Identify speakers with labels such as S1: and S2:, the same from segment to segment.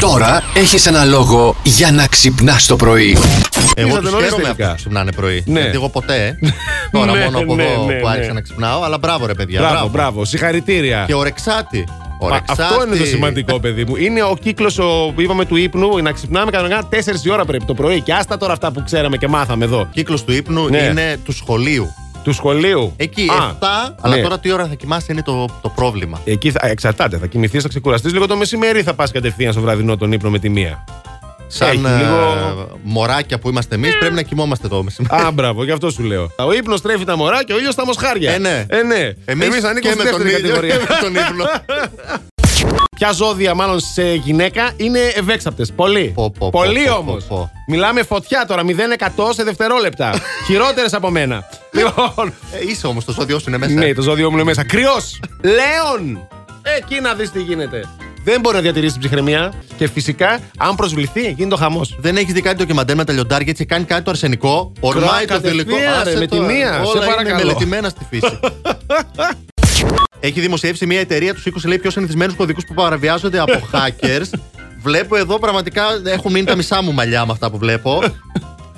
S1: Τώρα έχεις ένα λόγο για να ξυπνάς το πρωί.
S2: Εγώ
S3: Ήρθατε
S2: τους
S3: νωρίς
S2: χαίρομαι
S3: τελικά.
S2: αυτού που ξυπνάνε πρωί.
S3: Ναι.
S2: Γιατί εγώ ποτέ. Τώρα
S3: Ναι,
S2: μόνο από
S3: ναι,
S2: εδώ
S3: ναι,
S2: που
S3: ναι.
S2: άρχισα να ξυπνάω. Αλλά μπράβο, ρε παιδιά.
S3: Μπράβο, μπράβο. Συγχαρητήρια.
S2: Και ορεξάτη.
S3: Α,
S2: ορεξάτη.
S3: Αυτό είναι το σημαντικό, παιδί μου. Είναι ο κύκλος, είπαμε, του ύπνου. Να ξυπνάμε κανονικά 4 η ώρα πρέπει το πρωί. Και άστα τώρα αυτά που ξέραμε και μάθαμε εδώ.
S2: Κύκλος του ύπνου
S3: Ναι.
S2: είναι του σχολείου.
S3: Του σχολείου.
S2: Εκεί
S3: Α,
S2: 7, αλλά
S3: ναι.
S2: τώρα τι ώρα θα κοιμάσαι είναι το, το πρόβλημα.
S3: Εκεί θα, εξαρτάται. Θα κοιμηθείς, θα ξεκουραστείς λίγο το μεσημέρι, θα πας κατευθείαν στο βραδινό τον ύπνο με τη μία.
S2: Σαν
S3: Έχει
S2: ε,
S3: λίγο-
S2: μωράκια που είμαστε εμείς, πρέπει να κοιμόμαστε το μεσημέρι.
S3: Α, μπράβο, γι' αυτό σου λέω. Ο ύπνος τρέφει τα μωρά και ο ήλιος τα μοσχάρια.
S2: Ε, ναι.
S3: Ε, ναι.
S2: Εμείς
S3: Εμείς ανήκουμε
S2: και
S3: στη
S2: με τον
S3: δεύτερη
S2: ήλιο και
S3: κατηγορία.
S2: με τον ύπνο.
S3: Ποια ζώδια, μάλλον σε γυναίκα, είναι ευέξαπτες. Πολύ.
S2: Πω, πω, πω,
S3: Πολύ
S2: πω, πω,
S3: όμω.
S2: πω.
S3: Μιλάμε φωτιά τώρα, 0-100 σε δευτερόλεπτα. Χειρότερες από μένα. λοιπόν,
S2: Ε, είσαι όμως, το ζώδιό σου είναι μέσα.
S3: ναι, το ζώδιο μου είναι μέσα. Κρυός! Λέων! Εκεί να δεις τι γίνεται. Δεν μπορεί να διατηρήσει την ψυχραιμία και φυσικά, αν προσβληθεί, γίνει το χαμός.
S2: Δεν έχεις δει κάτι ντοκιμαντέρ με τα λιοντάρια, έτσι κάνει κάτι το αρσενικό. Ορμάει το
S3: κατευθείαν,
S2: θηλυκό.
S3: ρε,
S2: άσε
S3: με
S2: το,
S3: τη μία, σε
S2: Όλα είναι
S3: παρακαλώ.
S2: μελετημένα στη φύση. έχει δημοσιεύσει μια εταιρεία τους 20 λέει πιο συνηθισμένους κωδικούς που παραβιάζονται από hackers. βλέπω εδώ πραγματικά έχουν μείνει τα μισά μου μαλλιά με αυτά που βλέπω.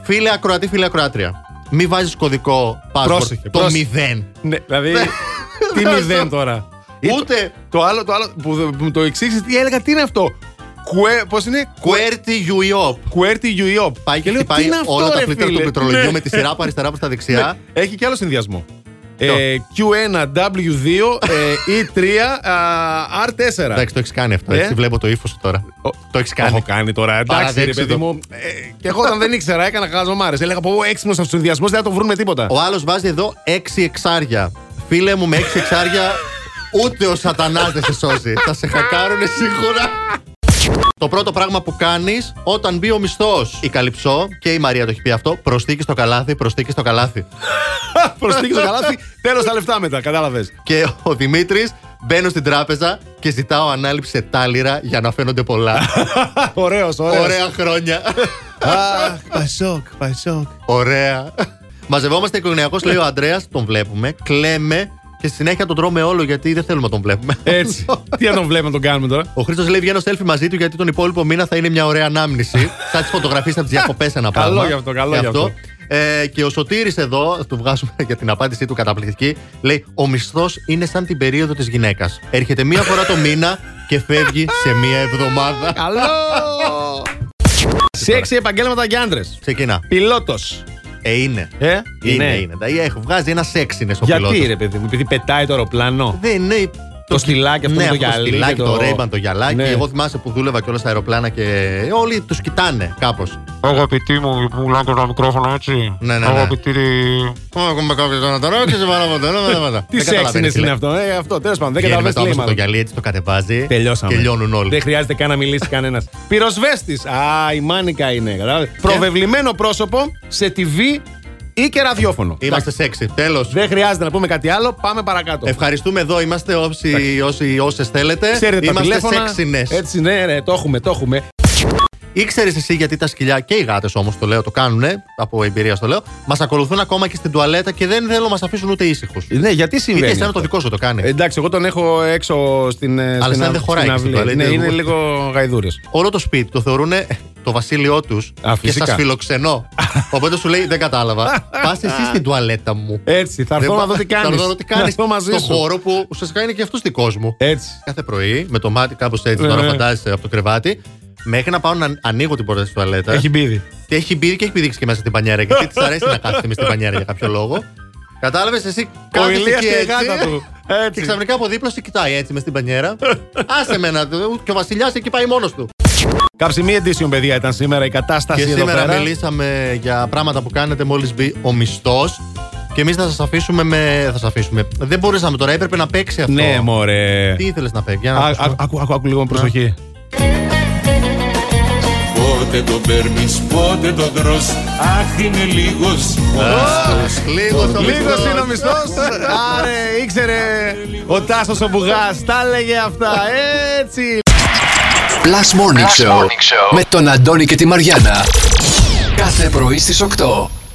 S2: φίλε ακροατή, φίλε ακροάτρια. Μη βάζεις κωδικό password
S3: Πρόσεχε,
S2: το
S3: πρόσεχε.
S2: μηδέν.
S3: Ναι, δηλαδή. τι μηδέν τώρα. Ή το-
S2: Ούτε
S3: Το άλλο, το άλλο που, δε- που μου το εξήγησες, τι έλεγα, τι είναι αυτό. Κουέ, πώς είναι,
S2: QWERTY UEOP.
S3: Κουέρτι Ε, Γιουιόπ.
S2: Πάει και χτυπάει όλα τα φλιτέρ του
S3: Ναι.
S2: πληκτρολογίου με τη σειρά από αριστερά προς τα δεξιά.
S3: Έχει και άλλο συνδυασμό. Ε, Q1, W2, ε, E3, α, R4.
S2: Εντάξει, το έχεις κάνει αυτό.
S3: Ε.
S2: Έτσι βλέπω το ύφος τώρα. Το έχεις
S3: Έχω
S2: κάνει.
S3: κάνει τώρα. Εντάξει, ρε
S2: Παραδέξου
S3: παιδί
S2: το.
S3: μου. Ε, και εγώ όταν δεν ήξερα, έκανα χαζομάρε. Έλεγα πω έξυπνο αυτό ο συνδυασμό, δεν θα το βρουν με τίποτα.
S2: Ο άλλος βάζει εδώ έξι εξάρια. Φίλε μου, με έξι εξάρια ούτε ο σατανάς δεν σε σώζει. Θα σε χακάρουνε σίγουρα. Το πρώτο πράγμα που κάνεις όταν μπει ο μισθός. Η Καλυψό και η Μαρία το έχει πει αυτό. Προστίκη στο καλάθι, προστίκη στο καλάθι.
S3: Προστίκη το καλάθι, τέλος τα λεφτά μετά, κατάλαβες.
S2: Και ο Δημήτρης μπαίνω στην τράπεζα και ζητάω ανάληψη σε τάλιρα για να φαίνονται πολλά.
S3: Ωραίος, ωραίος.
S2: Ωραία χρόνια.
S3: Αχ, Πασόκ, Πασόκ.
S2: Ωραία. Μαζευόμαστε οικογενειακώς, λέει ο Αντρέα, τον βλέπουμε, κλαίμε και στη συνέχεια τον τρώμε όλο γιατί δεν θέλουμε να τον βλέπουμε.
S3: Έτσι. Τι να τον βλέπουμε, τον κάνουμε τώρα.
S2: Ο Χρήστος λέει: Βγαίνω selfie μαζί του γιατί τον υπόλοιπο μήνα θα είναι μια ωραία ανάμνηση. Σαν τις φωτογραφίες από τις διακοπές ένα
S3: Καλό
S2: πράγμα.
S3: γι' αυτό, καλό
S2: Γι'
S3: γι' αυτό.
S2: Ε, και ο Σωτήρης εδώ, ας του βγάζουμε για την απάντησή του καταπληκτική, λέει: Ο μισθός είναι σαν την περίοδο της γυναίκας. Έρχεται μία φορά το μήνα και φεύγει σε μία εβδομάδα.
S3: Καλό! Σε έξι επαγγέλματα για άντρες.
S2: Ξεκινά.
S3: Πιλότος.
S2: Ε, είναι.
S3: Ε,
S2: Είναι, είναι. Τα- Έχω βγάζει ένα σεξ είναι στο πιλότο.
S3: Γιατί ρε παιδί μου, επειδή πετάει το αεροπλάνο.
S2: Δεν είναι.
S3: Το στυλάκι αυτό
S2: ναι,
S3: με το
S2: αυτό
S3: γυαλί.
S2: στυλάκι,
S3: και
S2: το, το ρέμπαν, το γυαλάκι.
S3: Ναι.
S2: Εγώ θυμάσαι που δούλευα κιόλας στα αεροπλάνα και όλοι τους κοιτάνε κάπως.
S4: Αγαπητοί μου, που μιλάω τώρα μικρόφωνο έτσι.
S2: Ναι, ναι, ναι.
S4: Αγαπητοί.
S2: Ακόμα κάποιο να το ρώτησε, βάλω ποτέ.
S3: Τι σεξ είναι είναι αυτό. Ε, αυτό τέλος πάντων. Δεν
S2: Δεν καταλαβαίνεις,
S3: καταλαβαίνει τι
S2: λέει,
S3: λέει,
S2: δηλαδή. Βγαίνουμε το
S3: μάλλον.
S2: γυαλί, έτσι το κατεβάζει.
S3: Τελειώσαμε.
S2: Τελειώνουν όλοι.
S3: Δεν χρειάζεται καν να μιλήσει κανένας. Πυροσβέστης. Α, η μάνικα είναι. κατάλαβες.
S2: Ναι.
S3: Προβεβλημένο πρόσωπο σε TV ή και ραδιόφωνο.
S2: Είμαστε σεξι. Τέλος.
S3: Δεν χρειάζεται να πούμε κάτι άλλο. Πάμε παρακάτω.
S2: Ευχαριστούμε εδώ, είμαστε όσοι, όσοι, όσες θέλετε.
S3: Ξέρετε τα
S2: είμαστε
S3: τηλέφωνα.
S2: σεξινές.
S3: Έτσι, ναι, ρε, το έχουμε, το έχουμε.
S2: Ήξερες εσύ γιατί τα σκυλιά και οι γάτες όμως το λέω, το κάνουν από εμπειρία το λέω. Μας ακολουθούν ακόμα και στην τουαλέτα και δεν θέλουν να μας αφήσουν ούτε ήσυχους.
S3: Ναι, γιατί
S2: Είτε
S3: συμβαίνει.
S2: εσένα το
S3: αυτό.
S2: δικό σου το κάνει.
S3: Εντάξει, εγώ τον έχω έξω στην. Αλλά στην,
S2: σαν
S3: α-
S2: δεν χωράει
S3: στην
S2: και στην
S3: αυλή.
S2: τουαλέτα,
S3: Ναι,
S2: εγώ-
S3: είναι λίγο γαϊδούρε.
S2: όλο το σπίτι το θεωρούν το βασίλειό τους
S3: Α,
S2: και
S3: φυσικά.
S2: σα φιλοξενώ. Οπότε σου λέει: Δεν κατάλαβα. Πας εσύ στην τουαλέτα μου.
S3: Έτσι, Ε, θα έρθω
S2: Δεν
S3: να δω τι
S2: πα-
S3: κάνει.
S2: Θα έρθω να δω τι κάνεις.
S3: έρθω μαζί
S2: Το
S3: σου.
S2: χώρο που ουσιαστικά είναι και αυτός δικός μου.
S3: Έτσι.
S2: Κάθε πρωί, με το μάτι κάπως έτσι,
S3: Ναι,
S2: τώρα
S3: ναι.
S2: φαντάζεσαι από το κρεβάτι, μέχρι να πάω να ανοίγω την πόρτα της τουαλέτας.
S3: Έχει μπει.
S2: Και έχει μπει και έχει πηδήξει και μέσα την πανιέρα. Γιατί της αρέσει να κάθεται στην πανιέρα για κάποιο λόγο. Κατάλαβες εσύ
S3: Ο
S2: κάθεσαι
S3: Ηλίας
S2: εκεί
S3: και η
S2: έτσι.
S3: γάτα του.
S2: Και
S3: Έτσι.
S2: ξαφνικά από δίπλα σε κοιτάει έτσι μες στην πανιέρα. Άσε με να. Και ο Βασιλιάς εκεί πάει μόνος του.
S3: Καψιμή edition, παιδιά, ήταν σήμερα η κατάσταση
S2: Και
S3: εδώ
S2: σήμερα
S3: πέρα.
S2: μιλήσαμε για πράγματα που κάνετε μόλις μπει ο μισθός. Και εμείς θα σας αφήσουμε με. Θα σας αφήσουμε. Δεν μπορούσαμε τώρα, έπρεπε να παίξει αυτό.
S3: Ναι, μωρέ.
S2: Τι ήθελες να παίξει, για να
S3: Α,
S2: ακούσουμε.
S3: α- Άκου, άκου, άκου λίγο με προσοχή.
S5: Πότε τον παίρνεις, πότε τον τρως Αχ είναι λίγος ο μισθός.
S2: Λίγο το
S3: Λίγο είναι ο
S2: μισθός.
S3: μισθό. Άρε, ήξερε ο Τάσος ο Μπουγάς. Τα έλεγε αυτά. Έτσι.
S1: Plus Morning, Show, με τον Αντώνη και τη Μαριάνα. Κάθε πρωί στις 8.